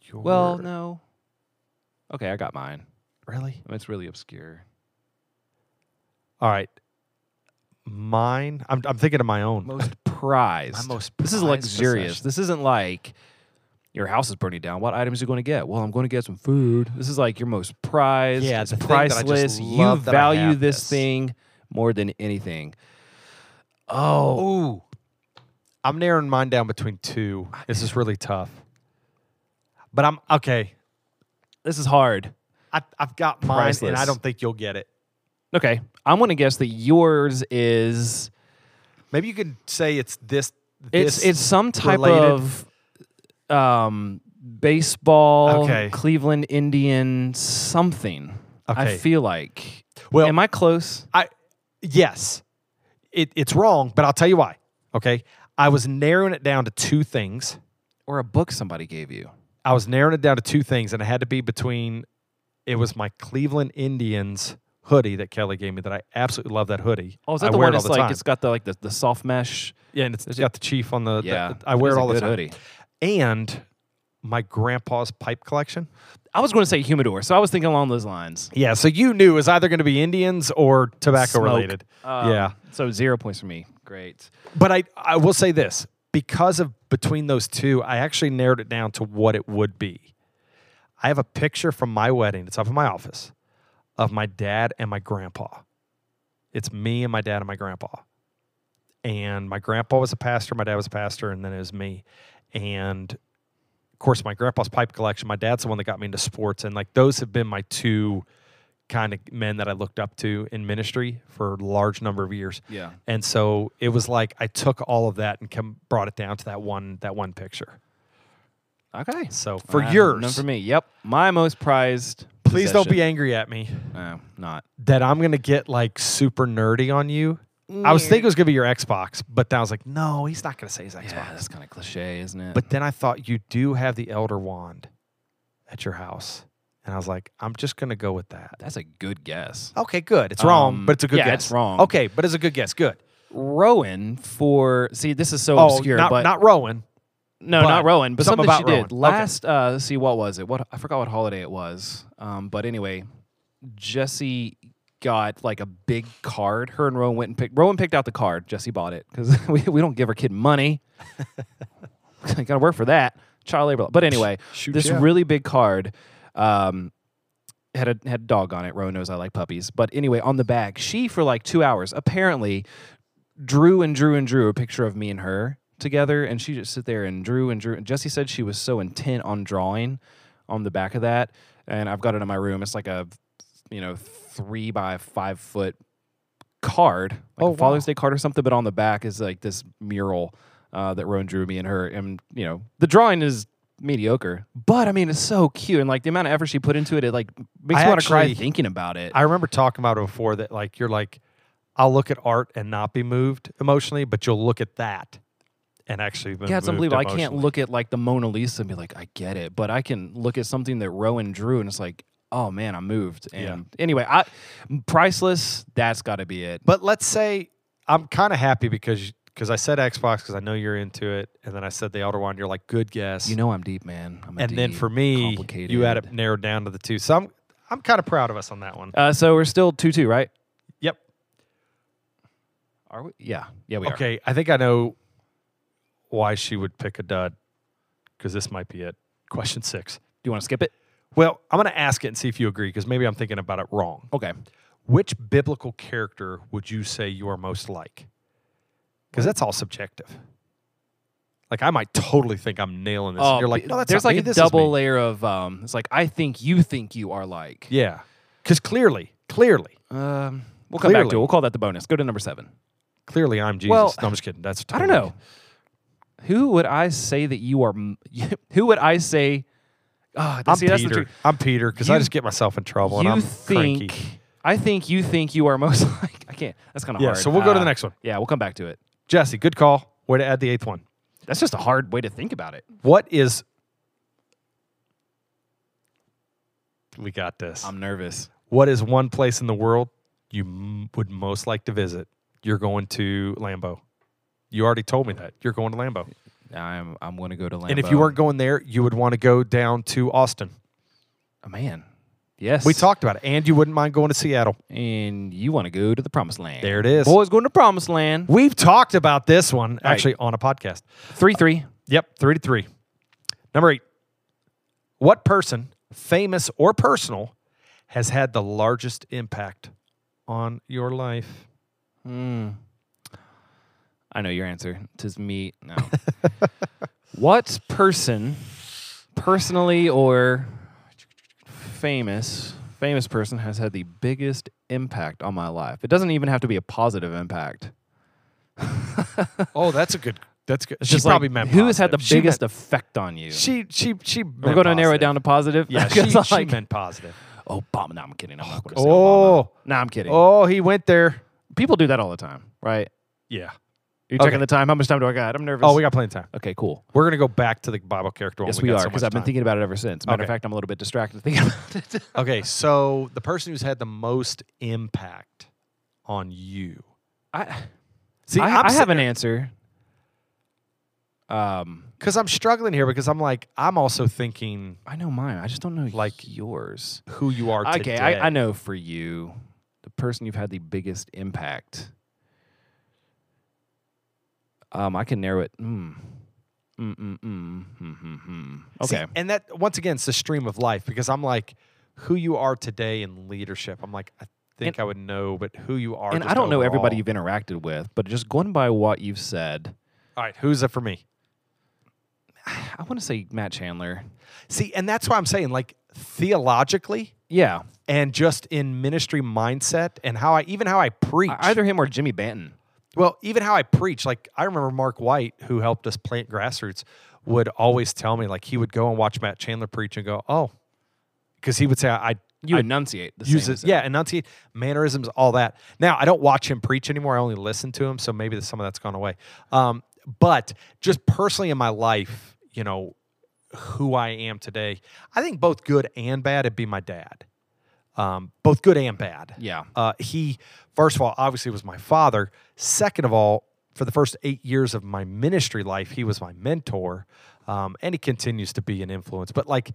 Speaker 2: Your,
Speaker 1: Well, no. Okay, I got mine.
Speaker 2: really?
Speaker 1: It's really obscure.
Speaker 2: All right. Mine. I'm, I'm thinking of my own.
Speaker 1: Most prized.
Speaker 2: most
Speaker 1: This is
Speaker 2: prized
Speaker 1: luxurious.
Speaker 2: possession.
Speaker 1: This isn't like your house is burning down. What items are you going to get? Well, I'm going to get some food. This is like your most prized.
Speaker 2: Yeah,
Speaker 1: it's
Speaker 2: the thing that I just
Speaker 1: priceless. you
Speaker 2: love that I
Speaker 1: value
Speaker 2: have
Speaker 1: this,
Speaker 2: this.
Speaker 1: thing more than anything. Oh,
Speaker 2: Ooh. I'm narrowing mine down between two. This is really tough. But I'm okay.
Speaker 1: this is hard.
Speaker 2: I, I've got mine, and I
Speaker 1: Priceless.
Speaker 2: don't think you'll get it.
Speaker 1: Okay, I'm going to guess that yours is
Speaker 2: Maybe you could say it's this.
Speaker 1: it's
Speaker 2: this
Speaker 1: it's some type
Speaker 2: related?
Speaker 1: of um baseball
Speaker 2: Okay.
Speaker 1: Cleveland Indian something. I
Speaker 2: Okay.
Speaker 1: feel like.
Speaker 2: Well-
Speaker 1: am I close?
Speaker 2: I yes, it, it's wrong, but I'll tell you why. Okay, I was narrowing it down to two things.
Speaker 1: Or a book somebody gave you?
Speaker 2: I was narrowing it down to two things, and it had to be between. It was my Cleveland Indians hoodie that Kelly gave me that I absolutely love. That hoodie.
Speaker 1: Oh, is that
Speaker 2: I
Speaker 1: the
Speaker 2: wear
Speaker 1: one
Speaker 2: it all
Speaker 1: that's
Speaker 2: the
Speaker 1: like
Speaker 2: time.
Speaker 1: it's got the like the, the soft mesh?
Speaker 2: yeah, and it's got the chief on the.
Speaker 1: Yeah,
Speaker 2: I wear
Speaker 1: is
Speaker 2: it
Speaker 1: a
Speaker 2: all the
Speaker 1: good
Speaker 2: time.
Speaker 1: Hoodie.
Speaker 2: And my grandpa's pipe collection.
Speaker 1: I was going to say humidor, so I was thinking along those lines.
Speaker 2: Yeah, so you knew it was either going to be Indians or tobacco
Speaker 1: Smoke.
Speaker 2: related.
Speaker 1: Um,
Speaker 2: yeah,
Speaker 1: So zero points for me. Great.
Speaker 2: but I I will say this because of between those two, I actually narrowed it down to what it would be. I have a picture from my wedding. It's up in my office of my dad and my grandpa. It's me and my dad and my grandpa. And my grandpa was a pastor, my dad was a pastor, and then it was me. And of course, my grandpa's pipe collection. My dad's the one that got me into sports, and like those have been my two kind of men that I looked up to in ministry for a large number of years.
Speaker 1: Yeah.
Speaker 2: And so it was like I took all of that and come, brought it down to that one that one picture.
Speaker 1: Okay.
Speaker 2: So for
Speaker 1: Uh,
Speaker 2: yours,
Speaker 1: none for me. Yep. My most prized.
Speaker 2: please don't be angry at me
Speaker 1: No, not.
Speaker 2: that I'm going to get like super nerdy on you. I was thinking it was gonna be your Xbox, but then I was like, no, he's not gonna say his Xbox.
Speaker 1: Yeah, that's kind of cliche, isn't it?
Speaker 2: But then I thought you do have the Elder Wand at your house, and I was like, I'm just gonna go with that.
Speaker 1: that's a good guess.
Speaker 2: Okay, good. It's wrong,
Speaker 1: Um,
Speaker 2: but it's a good
Speaker 1: yeah,
Speaker 2: guess.
Speaker 1: it's wrong.
Speaker 2: Okay, but it's a good guess. Good.
Speaker 1: Rowan for see, this is so
Speaker 2: oh,
Speaker 1: obscure,
Speaker 2: not,
Speaker 1: but
Speaker 2: not Rowan.
Speaker 1: no,
Speaker 2: but
Speaker 1: not Rowan, but
Speaker 2: something
Speaker 1: something,
Speaker 2: about
Speaker 1: she did
Speaker 2: Rowan. Okay.
Speaker 1: last. Uh, let's see, what was it? What I forgot what holiday it was. Um, but anyway, Jesse got like a big card. Her and Rowan went and picked. Rowan picked out the card. Jesse bought it because we, we don't give our kid money. Got to work for that child labor. law. But anyway,
Speaker 2: Shoot,
Speaker 1: this
Speaker 2: yeah.
Speaker 1: really big card um, had a had a dog on it. Rowan knows I like puppies, but anyway, on the back, she for like two hours apparently drew and drew and drew a picture of me and her together, and she just sit there and drew and drew. And Jesse said she was so intent on drawing on the back of that, and I've got it in my room. It's like a you know three by five foot card, like
Speaker 2: Oh,
Speaker 1: a Father's
Speaker 2: wow.
Speaker 1: Day card or something, but on the back is like this mural uh, that Rowan drew me and her, and you know the drawing is mediocre, but I mean it's so cute, and like the amount of effort she put into it, it like makes
Speaker 2: I
Speaker 1: me want to cry
Speaker 2: actually-
Speaker 1: thinking about it.
Speaker 2: I remember talking about it before that like you're like, I'll look at art and not be moved emotionally, but you'll look at that and actually be
Speaker 1: yeah, it's
Speaker 2: moved
Speaker 1: unbelievable. I can't
Speaker 2: emotionally.
Speaker 1: look at like the Mona Lisa and be like, I get it, but I can look at something that Rowan drew, and it's like, oh man, I'm moved. And
Speaker 2: Yeah.
Speaker 1: anyway, I priceless. That's got to be it.
Speaker 2: But let's say I'm kind of happy because because I said Xbox because I know you're into it, and then I said the Elder Wand. You're like, good guess.
Speaker 1: You know I'm deep, man. I'm a
Speaker 2: and then
Speaker 1: deep,
Speaker 2: for me,
Speaker 1: complicated.
Speaker 2: you had it narrowed down to the two. So I'm I'm kind of proud of us on that one.
Speaker 1: Uh, so we're still two two, right?
Speaker 2: Yep.
Speaker 1: Are we? Yeah, yeah, we
Speaker 2: okay. I think I know why she would pick a dud because this might be it. Question six.
Speaker 1: Do you want to skip it?
Speaker 2: Well, I'm going to ask it and see if you agree because maybe I'm thinking about it wrong.
Speaker 1: Okay.
Speaker 2: Which biblical character would you say you are most like? Because that's all subjective. Like I might totally think I'm nailing this. and you're like, no, that's
Speaker 1: Oh, Um, there's
Speaker 2: not
Speaker 1: like
Speaker 2: me,
Speaker 1: a
Speaker 2: this is
Speaker 1: double
Speaker 2: me."
Speaker 1: layer of um. It's like I think you think you are like.
Speaker 2: Yeah, because clearly, clearly,
Speaker 1: Um, we'll come back to
Speaker 2: Clearly.
Speaker 1: it. We'll call that the bonus. Go to number seven.
Speaker 2: clearly, I'm Jesus.
Speaker 1: Well,
Speaker 2: no, I'm just kidding. That's
Speaker 1: I don't
Speaker 2: totally-
Speaker 1: know. Who would I say that you are? m- Who would I say? Oh,
Speaker 2: I'm
Speaker 1: see, that's the
Speaker 2: Peter.
Speaker 1: trick.
Speaker 2: I'm Peter because
Speaker 1: You-
Speaker 2: I just get myself in trouble and
Speaker 1: you
Speaker 2: I'm
Speaker 1: think?
Speaker 2: cranky.
Speaker 1: I think you think you are most like. I can't. That's kind of
Speaker 2: Yeah,
Speaker 1: hard.
Speaker 2: so we'll go to
Speaker 1: Uh,
Speaker 2: the next one.
Speaker 1: Yeah, we'll come back to it.
Speaker 2: Jesse, good call. Way to add the eighth one.
Speaker 1: That's just a hard way to think about it.
Speaker 2: What is? We got this.
Speaker 1: I'm nervous.
Speaker 2: What is one place in the world you m- would most like to visit? You're going to Lambo. You already told me that. You're going to Lambo.
Speaker 1: I'm. I'm going to go to Lambo.
Speaker 2: And if you weren't going there, you would want to go down to Austin.
Speaker 1: a Oh, man, yes,
Speaker 2: We talked about it. And you wouldn't mind going to Seattle.
Speaker 1: and you want to go to the promised land.
Speaker 2: There it is.
Speaker 1: Boys going to promised land.
Speaker 2: We've talked about this one actually on a podcast.
Speaker 1: Three three.
Speaker 2: Yep, three to three. Number eight. What person, famous or personal, has had the largest impact on your life?
Speaker 1: Mm. I know your answer. Tis me. No. what person, personally or famous, famous person has had the biggest impact on my life? It doesn't even have to be a positive impact.
Speaker 2: Oh, that's a good. That's good. She
Speaker 1: Just like,
Speaker 2: probably meant
Speaker 1: who has had the
Speaker 2: positive. She
Speaker 1: biggest
Speaker 2: meant-
Speaker 1: effect on you?
Speaker 2: She she she.
Speaker 1: We're going to narrow it down to positive.
Speaker 2: Yeah,
Speaker 1: 'Cause
Speaker 2: she,
Speaker 1: I'm
Speaker 2: she
Speaker 1: like,
Speaker 2: meant positive.
Speaker 1: Obama. No, I'm kidding. I'm not going to say Obama.
Speaker 2: Oh,
Speaker 1: No, I'm kidding.
Speaker 2: oh, he went there.
Speaker 1: People do that all the time, right?
Speaker 2: Yeah.
Speaker 1: You're checking
Speaker 2: Okay.
Speaker 1: the time. How much time do I got? I'm nervous.
Speaker 2: Oh, we got plenty of time.
Speaker 1: okay, cool.
Speaker 2: We're gonna go back to the Bible character. one.
Speaker 1: Yes,
Speaker 2: we,
Speaker 1: we, are
Speaker 2: got so
Speaker 1: because
Speaker 2: much
Speaker 1: I've been
Speaker 2: time.
Speaker 1: thinking about it ever since. Matter of
Speaker 2: Okay.
Speaker 1: fact, I'm a little bit distracted thinking about it.
Speaker 2: Okay, so the person who's had the most impact on you.
Speaker 1: I,
Speaker 2: See, e-
Speaker 1: I,
Speaker 2: I'm
Speaker 1: I have
Speaker 2: sitting
Speaker 1: an answer. Um,
Speaker 2: because I'm struggling here because I'm like I'm also thinking
Speaker 1: I know mine. I just don't know
Speaker 2: Like-
Speaker 1: yours.
Speaker 2: who you are
Speaker 1: Okay,
Speaker 2: today.
Speaker 1: I, I know for you, the person you've had the biggest impact. Um, I can narrow it. Mm. Mm, mm, mm, mm, mm, mm.
Speaker 2: See,
Speaker 1: Okay.
Speaker 2: and that once again, it's the stream of life because I'm like who you are today in leadership. I'm like I think I would know, but who you are.
Speaker 1: and I
Speaker 2: just
Speaker 1: don't know everybody
Speaker 2: overall.
Speaker 1: you've interacted with, but just going by what you've said,
Speaker 2: All right, who's it for me?
Speaker 1: I want to say Matt Chandler.
Speaker 2: See, and that's why I'm saying, like, theologically
Speaker 1: Yeah.
Speaker 2: and just in ministry mindset and how I, even how I preach.
Speaker 1: I- Either him or Jimmy Banton.
Speaker 2: well, even how I preach. Like, I remember Mark White, who helped us plant grassroots, would always tell me, like, he would go and watch Matt Chandler preach and go, oh, because he would say, I, I
Speaker 1: You
Speaker 2: I
Speaker 1: enunciate the
Speaker 2: use
Speaker 1: same
Speaker 2: it.
Speaker 1: as him.
Speaker 2: Yeah, enunciate, mannerisms, all that. Now I don't watch him preach anymore. I only listen to him, so maybe some of that's gone away. Um, but just personally in my life, you know, who I am today, I think both good and bad. It'd be my dad. Um, both good and bad.
Speaker 1: Yeah.
Speaker 2: Uh, he, first of all, obviously was my father. Second of all, for the first eight years of my ministry life, he was my mentor, um, and he continues to be an influence. But like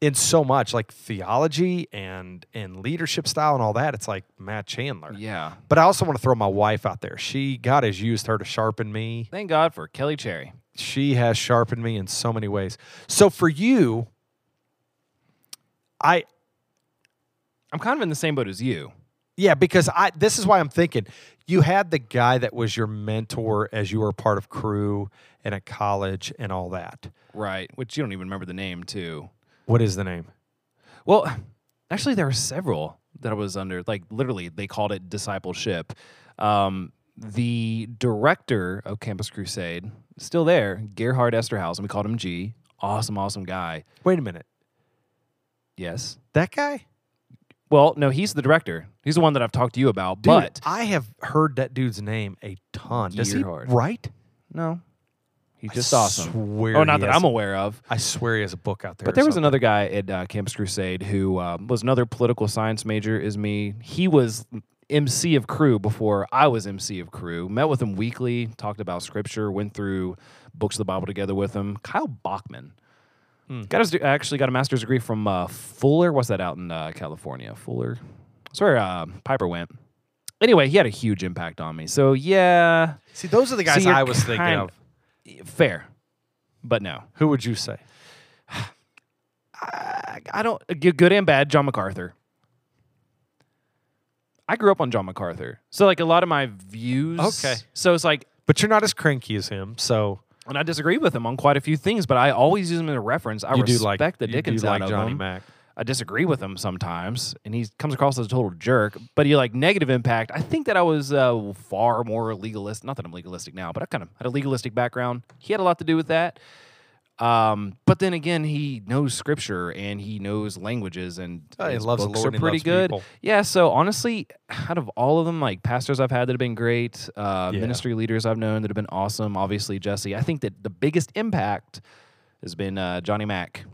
Speaker 2: in so much, like theology and and leadership style and all that, it's like Matt Chandler.
Speaker 1: Yeah.
Speaker 2: But I also want to throw my wife out there. She God has used her to sharpen me.
Speaker 1: Thank God for Kelly Cherry.
Speaker 2: She has sharpened me in so many ways. So for you, I
Speaker 1: I'm kind of in the same boat as you.
Speaker 2: Yeah, because I this is why I'm thinking you had the guy that was your mentor as you were part of crew and at college and all that.
Speaker 1: Right. Which you don't even remember the name, too.
Speaker 2: What is the name?
Speaker 1: Well, actually, there were several that I was under. Like, literally, they called it discipleship. Um, the director of Campus Crusade, still there, Gerhard Esterhaus, and we called him G. Awesome, awesome guy.
Speaker 2: Wait a minute.
Speaker 1: Yes.
Speaker 2: That guy?
Speaker 1: Well, no, he's the director. He's the one that I've talked to you about.
Speaker 2: Dude,
Speaker 1: but
Speaker 2: I have heard that dude's name a ton. Does he
Speaker 1: Gearhard.
Speaker 2: right?
Speaker 1: no, he's just
Speaker 2: I
Speaker 1: awesome.
Speaker 2: Swear
Speaker 1: Oh, not
Speaker 2: he
Speaker 1: that
Speaker 2: has-
Speaker 1: I'm aware of.
Speaker 2: I swear he has a book out there.
Speaker 1: But
Speaker 2: or
Speaker 1: there was
Speaker 2: something.
Speaker 1: another guy at uh, Campus Crusade who um, was another political science major as me. He was MC of crew before I was MC of crew. Met with him weekly, talked about scripture, went through books of the Bible together with him. Kyle Bachman.
Speaker 2: Hmm.
Speaker 1: Got his, actually got a master's degree from uh, Fuller. What's that out in uh, California? Fuller. That's where uh, Piper went. Anyway, he had a huge impact on me. So, yeah,
Speaker 2: See, those are the guys
Speaker 1: you're
Speaker 2: I was thinking
Speaker 1: kind-
Speaker 2: of.
Speaker 1: fair. But no.
Speaker 2: Who would you say?
Speaker 1: I, I don't g- good and bad. John MacArthur. I grew up on John MacArthur, so like a lot of my views.
Speaker 2: Okay.
Speaker 1: so it's like,
Speaker 2: But you're not as cranky as him, so
Speaker 1: and I disagree with him on quite a few things, but I always use him as a reference. I
Speaker 2: you do
Speaker 1: respect
Speaker 2: like
Speaker 1: the
Speaker 2: you do
Speaker 1: Dickens
Speaker 2: like
Speaker 1: out of
Speaker 2: Johnny
Speaker 1: him.
Speaker 2: Mac.
Speaker 1: I disagree with him sometimes, and he comes across as a total jerk. But he like negative impact. I think that I was uh, far more legalist. Not that I'm legalistic now, but I kind of had a legalistic background. He had a lot to do with that. Um, but then again, he knows scripture and he knows languages, and
Speaker 2: Oh, he
Speaker 1: his
Speaker 2: loves the
Speaker 1: books
Speaker 2: Lord and
Speaker 1: are
Speaker 2: he
Speaker 1: pretty
Speaker 2: loves
Speaker 1: good.
Speaker 2: people.
Speaker 1: Yeah. So honestly, out of all of them, like pastors I've had that have been great, uh,
Speaker 2: Yeah.
Speaker 1: ministry leaders I've known that have been awesome. Obviously, Jesse. I think that the biggest impact has been uh, Johnny Mack.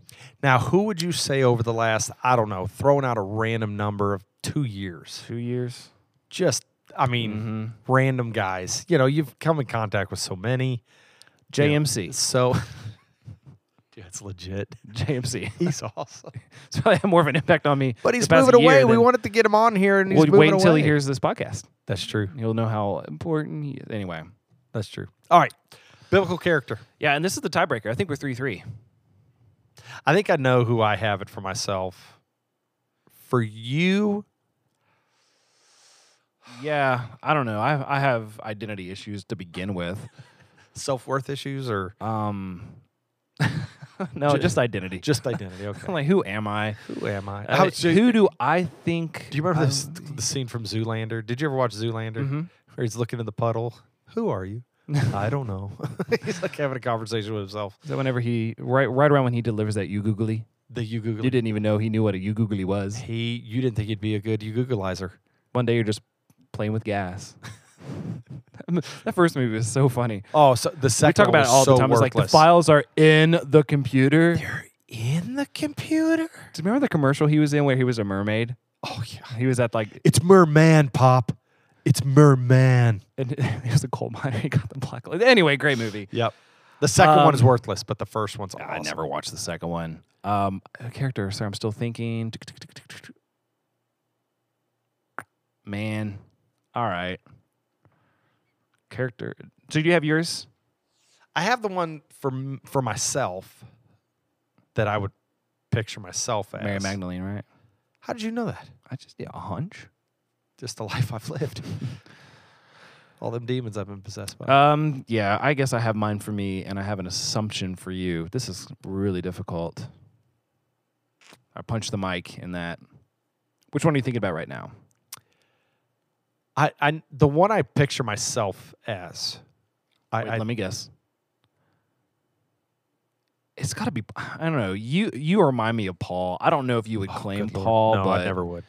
Speaker 2: Now, who would you say over the last, I don't know, throwing out a random number of two years?
Speaker 1: Two years.
Speaker 2: Just, I mean, random guys. You know, you've come in contact with so many.
Speaker 1: JMC.
Speaker 2: So, dude, it's legit.
Speaker 1: JMC.
Speaker 2: He's awesome.
Speaker 1: It's probably had more of an impact on me.
Speaker 2: But he's
Speaker 1: the past
Speaker 2: moving away.
Speaker 1: year
Speaker 2: We
Speaker 1: than-
Speaker 2: wanted to get him on here, and he's
Speaker 1: We'll
Speaker 2: moving
Speaker 1: wait until
Speaker 2: away.
Speaker 1: he hears this podcast.
Speaker 2: That's true.
Speaker 1: He'll know how important he is. Anyway.
Speaker 2: That's true. All right. Biblical character.
Speaker 1: Yeah, and this is the tiebreaker. I think we're 3 3.
Speaker 2: I think I know who I have it for myself. For you,
Speaker 1: Yeah, I don't know. I, I have identity issues to begin with.
Speaker 2: self worth issues or
Speaker 1: Um, no,
Speaker 2: Ju-
Speaker 1: just identity.
Speaker 2: just identity? Okay.
Speaker 1: like, who am I?
Speaker 2: who am I?
Speaker 1: Uh,
Speaker 2: How- so-
Speaker 1: who do I think?
Speaker 2: Do you remember
Speaker 1: I'm-
Speaker 2: this, the scene from Zoolander? Did you ever watch Zoolander?
Speaker 1: Mhm.
Speaker 2: Where he's looking in the puddle. Who are you? I don't know. he's like having a conversation with himself.
Speaker 1: Is that whenever he right right around when he delivers that you googly,
Speaker 2: The you Google.
Speaker 1: you didn't even know he knew what a you googly was.
Speaker 2: He, you didn't think he'd be a good you Googleizer.
Speaker 1: One day you're just playing with gas. that first movie was so funny.
Speaker 2: Oh, so the second
Speaker 1: We talk
Speaker 2: one
Speaker 1: about it
Speaker 2: was
Speaker 1: all the
Speaker 2: so
Speaker 1: time. It's like the
Speaker 2: worthless.
Speaker 1: files are in the computer. Do
Speaker 2: in the computer.
Speaker 1: you remember the commercial he was in where he was a mermaid?
Speaker 2: Oh yeah,
Speaker 1: He was at like
Speaker 2: it's Merman, Pop. It's Merman.
Speaker 1: and it was a coal miner. He got the black. Anyway, great movie.
Speaker 2: Yep. The second one is
Speaker 1: Um,
Speaker 2: worthless, but the first one's awesome.
Speaker 1: I never watched the second one. Um, a character. Sorry, I'm still thinking. Man, all right. Character. So do you have yours?
Speaker 2: I have the one for m- for myself that I would picture myself as.
Speaker 1: Mary Magdalene, right?
Speaker 2: How did you know that?
Speaker 1: I just yeah, a hunch.
Speaker 2: just the life I've lived. All them demons I've been possessed by.
Speaker 1: Um, yeah, I guess I have mine for me, and I have an assumption for you. This is really difficult. I punched the mic in that. Which one are you thinking about right now?
Speaker 2: I, I the one I picture myself as. I,
Speaker 1: Wait,
Speaker 2: I
Speaker 1: let me guess. it's got to be. I don't know. You you remind me of Paul. I don't know if you would claim
Speaker 2: Oh, Good Lord.
Speaker 1: Paul,
Speaker 2: No,
Speaker 1: but
Speaker 2: I never would.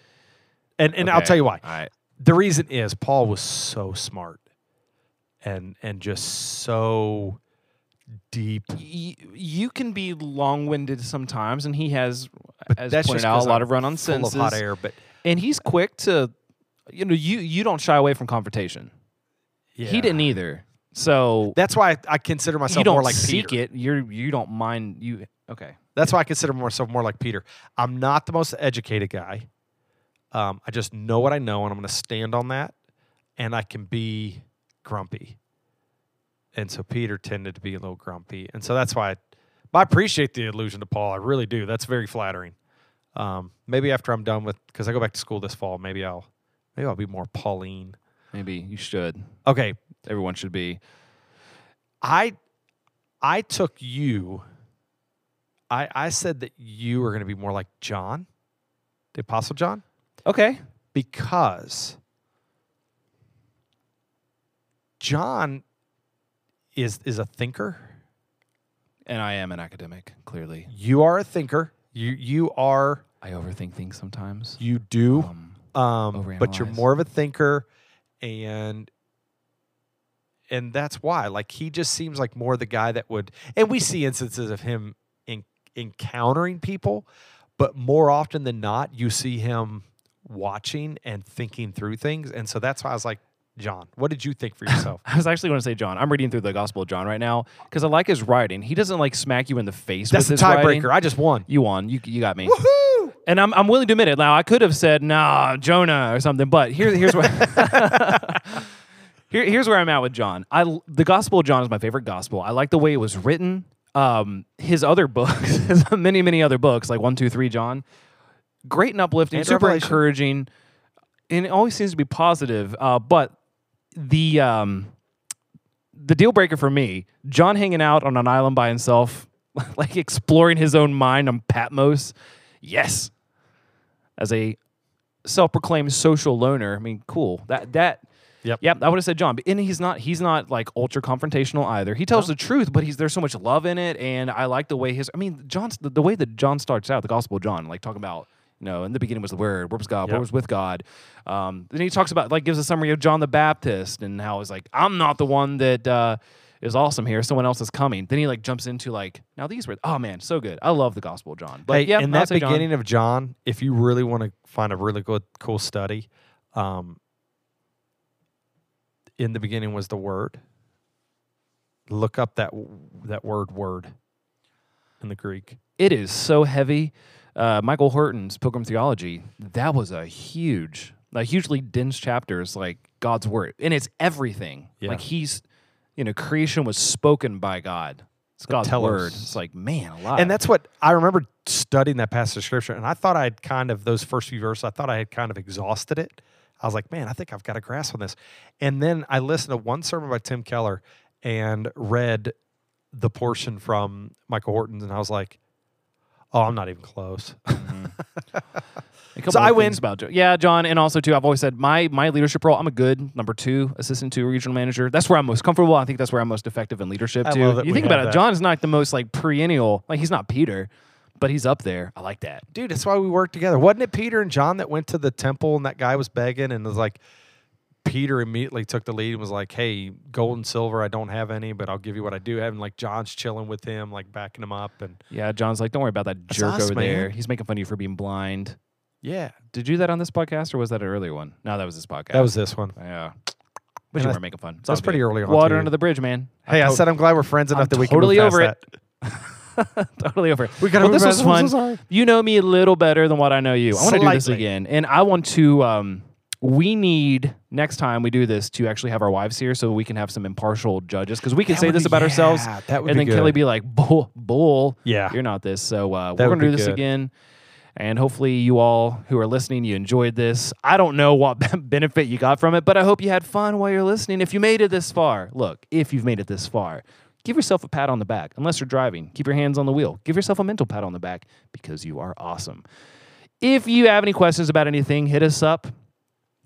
Speaker 2: And and I'll
Speaker 1: Okay.
Speaker 2: tell you why.
Speaker 1: All right.
Speaker 2: The reason is Paul was so smart, and and just so deep.
Speaker 1: Y- you can be long-winded sometimes, and he has, as
Speaker 2: That's
Speaker 1: pointed
Speaker 2: just
Speaker 1: out,
Speaker 2: 'cause
Speaker 1: a lot
Speaker 2: I'm
Speaker 1: of run-on
Speaker 2: full of hot
Speaker 1: sentences,
Speaker 2: air, but
Speaker 1: and he's quick to, you know, you you don't shy away from confrontation. He
Speaker 2: yeah.
Speaker 1: didn't either. So
Speaker 2: That's why I, I consider myself
Speaker 1: you don't
Speaker 2: more like
Speaker 1: seek
Speaker 2: Peter.
Speaker 1: it. You're you don't mind you. Okay.
Speaker 2: That's why I consider myself more like Peter. I'm not the most educated guy. Um, I just know what I know, and I'm going to stand on that. And I can be grumpy. And so Peter tended to be a little grumpy, and so that's why. I, but I appreciate the allusion to Paul. I really do. That's very flattering. Um, maybe after I'm done with, because I go back to school this fall, maybe I'll, maybe I'll be more Pauline.
Speaker 1: Maybe you should.
Speaker 2: Okay,
Speaker 1: Everyone should be.
Speaker 2: I I took you. I I said that you were going to be more like John, the Apostle John,
Speaker 1: Okay.
Speaker 2: because John is is a thinker.
Speaker 1: And I am an academic. Clearly,
Speaker 2: You are a thinker. You you are
Speaker 1: I overthink things sometimes.
Speaker 2: you do,
Speaker 1: Um,
Speaker 2: um, but you're
Speaker 1: overanalyze.
Speaker 2: more of a thinker, and and that's why. Like he just seems like more the guy that would, and we see instances of him in, encountering people, but more often than not, you see him watching and thinking through things, and so that's why I was like, John, what did you think for yourself?
Speaker 1: I was actually going to say John. I'm reading through the Gospel of John right now because I like his writing. He doesn't like smack you in the face.
Speaker 2: that's the
Speaker 1: with his writing.
Speaker 2: tiebreaker. I just won.
Speaker 1: You won. You you got me.
Speaker 2: Woohoo!
Speaker 1: And I'm, I'm willing to admit it. Now I could have said nah, Jonah or something, but here here's where here, here's where I'm at with John. I l- the Gospel of John is my favorite gospel. I like the way it was written. Um, his other books, his many many other books like one two three John, great and uplifting,
Speaker 2: And
Speaker 1: super
Speaker 2: Revelation.
Speaker 1: encouraging, and it always seems to be positive. Uh, but the um, the deal breaker for me, John hanging out on an island by himself, like exploring his own mind on Patmos. Yes. As a self-proclaimed social loner, I mean, cool. That that
Speaker 2: Yep.
Speaker 1: Yep, I would have said John, but and he's not he's not like ultra confrontational either. He tells the truth, but he's there's so much love in it and I like the way his I mean, John's the, the way that John starts out, the Gospel of John, like talking about you know, in the beginning was the Word. Where was God? Where
Speaker 2: Yep.
Speaker 1: was with God? Um, then he talks about, like, gives a summary of John the Baptist and how it's like, I'm not the one that uh, is awesome here. Someone else is coming. Then he like jumps into like, now these were, oh man, so good. I love the Gospel of John. But
Speaker 2: Hey,
Speaker 1: yeah,
Speaker 2: in
Speaker 1: I'll
Speaker 2: that
Speaker 1: say John.
Speaker 2: beginning of John, if you really want to find a really good, cool study, um, in the beginning was the Word. Look up that w- that word "word" in the Greek.
Speaker 1: it is so heavy. Uh, Michael Horton's Pilgrim Theology, that was a huge, a hugely dense chapter. It's like God's word, and it's everything.
Speaker 2: Yeah.
Speaker 1: Like he's, you know, creation was spoken by God. It's God's
Speaker 2: telos.
Speaker 1: word. It's like man, alive.
Speaker 2: And that's what I remember studying that passage of scripture, and I thought I had kind of those first few verses. I thought I had kind of exhausted it. I was like, man, I think I've got a grasp on this. And then I listened to one sermon by Tim Keller and read the portion from Michael Horton's, and I was like, oh, I'm not even close.
Speaker 1: A couple
Speaker 2: So
Speaker 1: other
Speaker 2: I win.
Speaker 1: things About Jo- yeah, John, and also too, I've always said my my leadership role. I'm a good number two assistant to regional manager. That's where I'm most comfortable. I think that's where I'm most effective in leadership
Speaker 2: I
Speaker 1: too.
Speaker 2: love that
Speaker 1: you
Speaker 2: we
Speaker 1: think
Speaker 2: have
Speaker 1: about it,
Speaker 2: that.
Speaker 1: John is not the most like perennial. Like he's not Peter, but he's up there. I like that.
Speaker 2: Dude, that's why we work together. Wasn't it Peter and John that went to the temple and that guy was begging and was like, Peter immediately took the lead and was like, "Hey, gold and silver, I don't have any, but I'll give you what I do have." And like John's chilling with him, like backing him up, and
Speaker 1: Yeah, John's like, don't worry about that jerk
Speaker 2: us,
Speaker 1: over
Speaker 2: man.
Speaker 1: there. He's making fun of you for being blind.
Speaker 2: yeah,
Speaker 1: Did you do that on this podcast or was that an earlier one? No, that was this podcast.
Speaker 2: that was this one.
Speaker 1: yeah. But
Speaker 2: And
Speaker 1: you
Speaker 2: I-
Speaker 1: weren't making fun. It's
Speaker 2: that's
Speaker 1: all
Speaker 2: pretty
Speaker 1: good.
Speaker 2: early on,
Speaker 1: Water
Speaker 2: too.
Speaker 1: under the bridge, man.
Speaker 2: Hey, I
Speaker 1: tot-
Speaker 2: said I'm glad we're friends enough
Speaker 1: I'm
Speaker 2: that we
Speaker 1: totally
Speaker 2: can move
Speaker 1: over
Speaker 2: past
Speaker 1: it. totally over. it.
Speaker 2: We gotta
Speaker 1: well,
Speaker 2: move
Speaker 1: this was
Speaker 2: past- I'm
Speaker 1: fun.
Speaker 2: so sorry.
Speaker 1: You know me a little better than what I know you. I want to do this
Speaker 2: Slightly.
Speaker 1: again, and I want to. Um, we need next time we do this to actually have our wives here so we can have some impartial judges because we can
Speaker 2: That
Speaker 1: say
Speaker 2: would
Speaker 1: this
Speaker 2: be-
Speaker 1: about ourselves,
Speaker 2: yeah, that would
Speaker 1: and
Speaker 2: be
Speaker 1: then Kelly
Speaker 2: good.
Speaker 1: be like, "Bull, bull,
Speaker 2: Yeah.
Speaker 1: you're not this." So uh,
Speaker 2: That
Speaker 1: we're
Speaker 2: would
Speaker 1: gonna do
Speaker 2: be
Speaker 1: this
Speaker 2: good.
Speaker 1: again. And hopefully, you all who are listening, you enjoyed this. I don't know what benefit you got from it, but I hope you had fun while you're listening. If you made it this far, look, if you've made it this far, give yourself a pat on the back. Unless you're driving, keep your hands on the wheel. Give yourself a mental pat on the back because you are awesome. If you have any questions about anything, hit us up.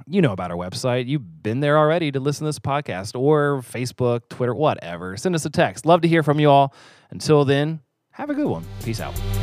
Speaker 1: You know about our website. You've been there already to listen to this podcast or Facebook, Twitter, whatever. Send us a text. Love to hear from you all. Until then, Have a good one. Peace out.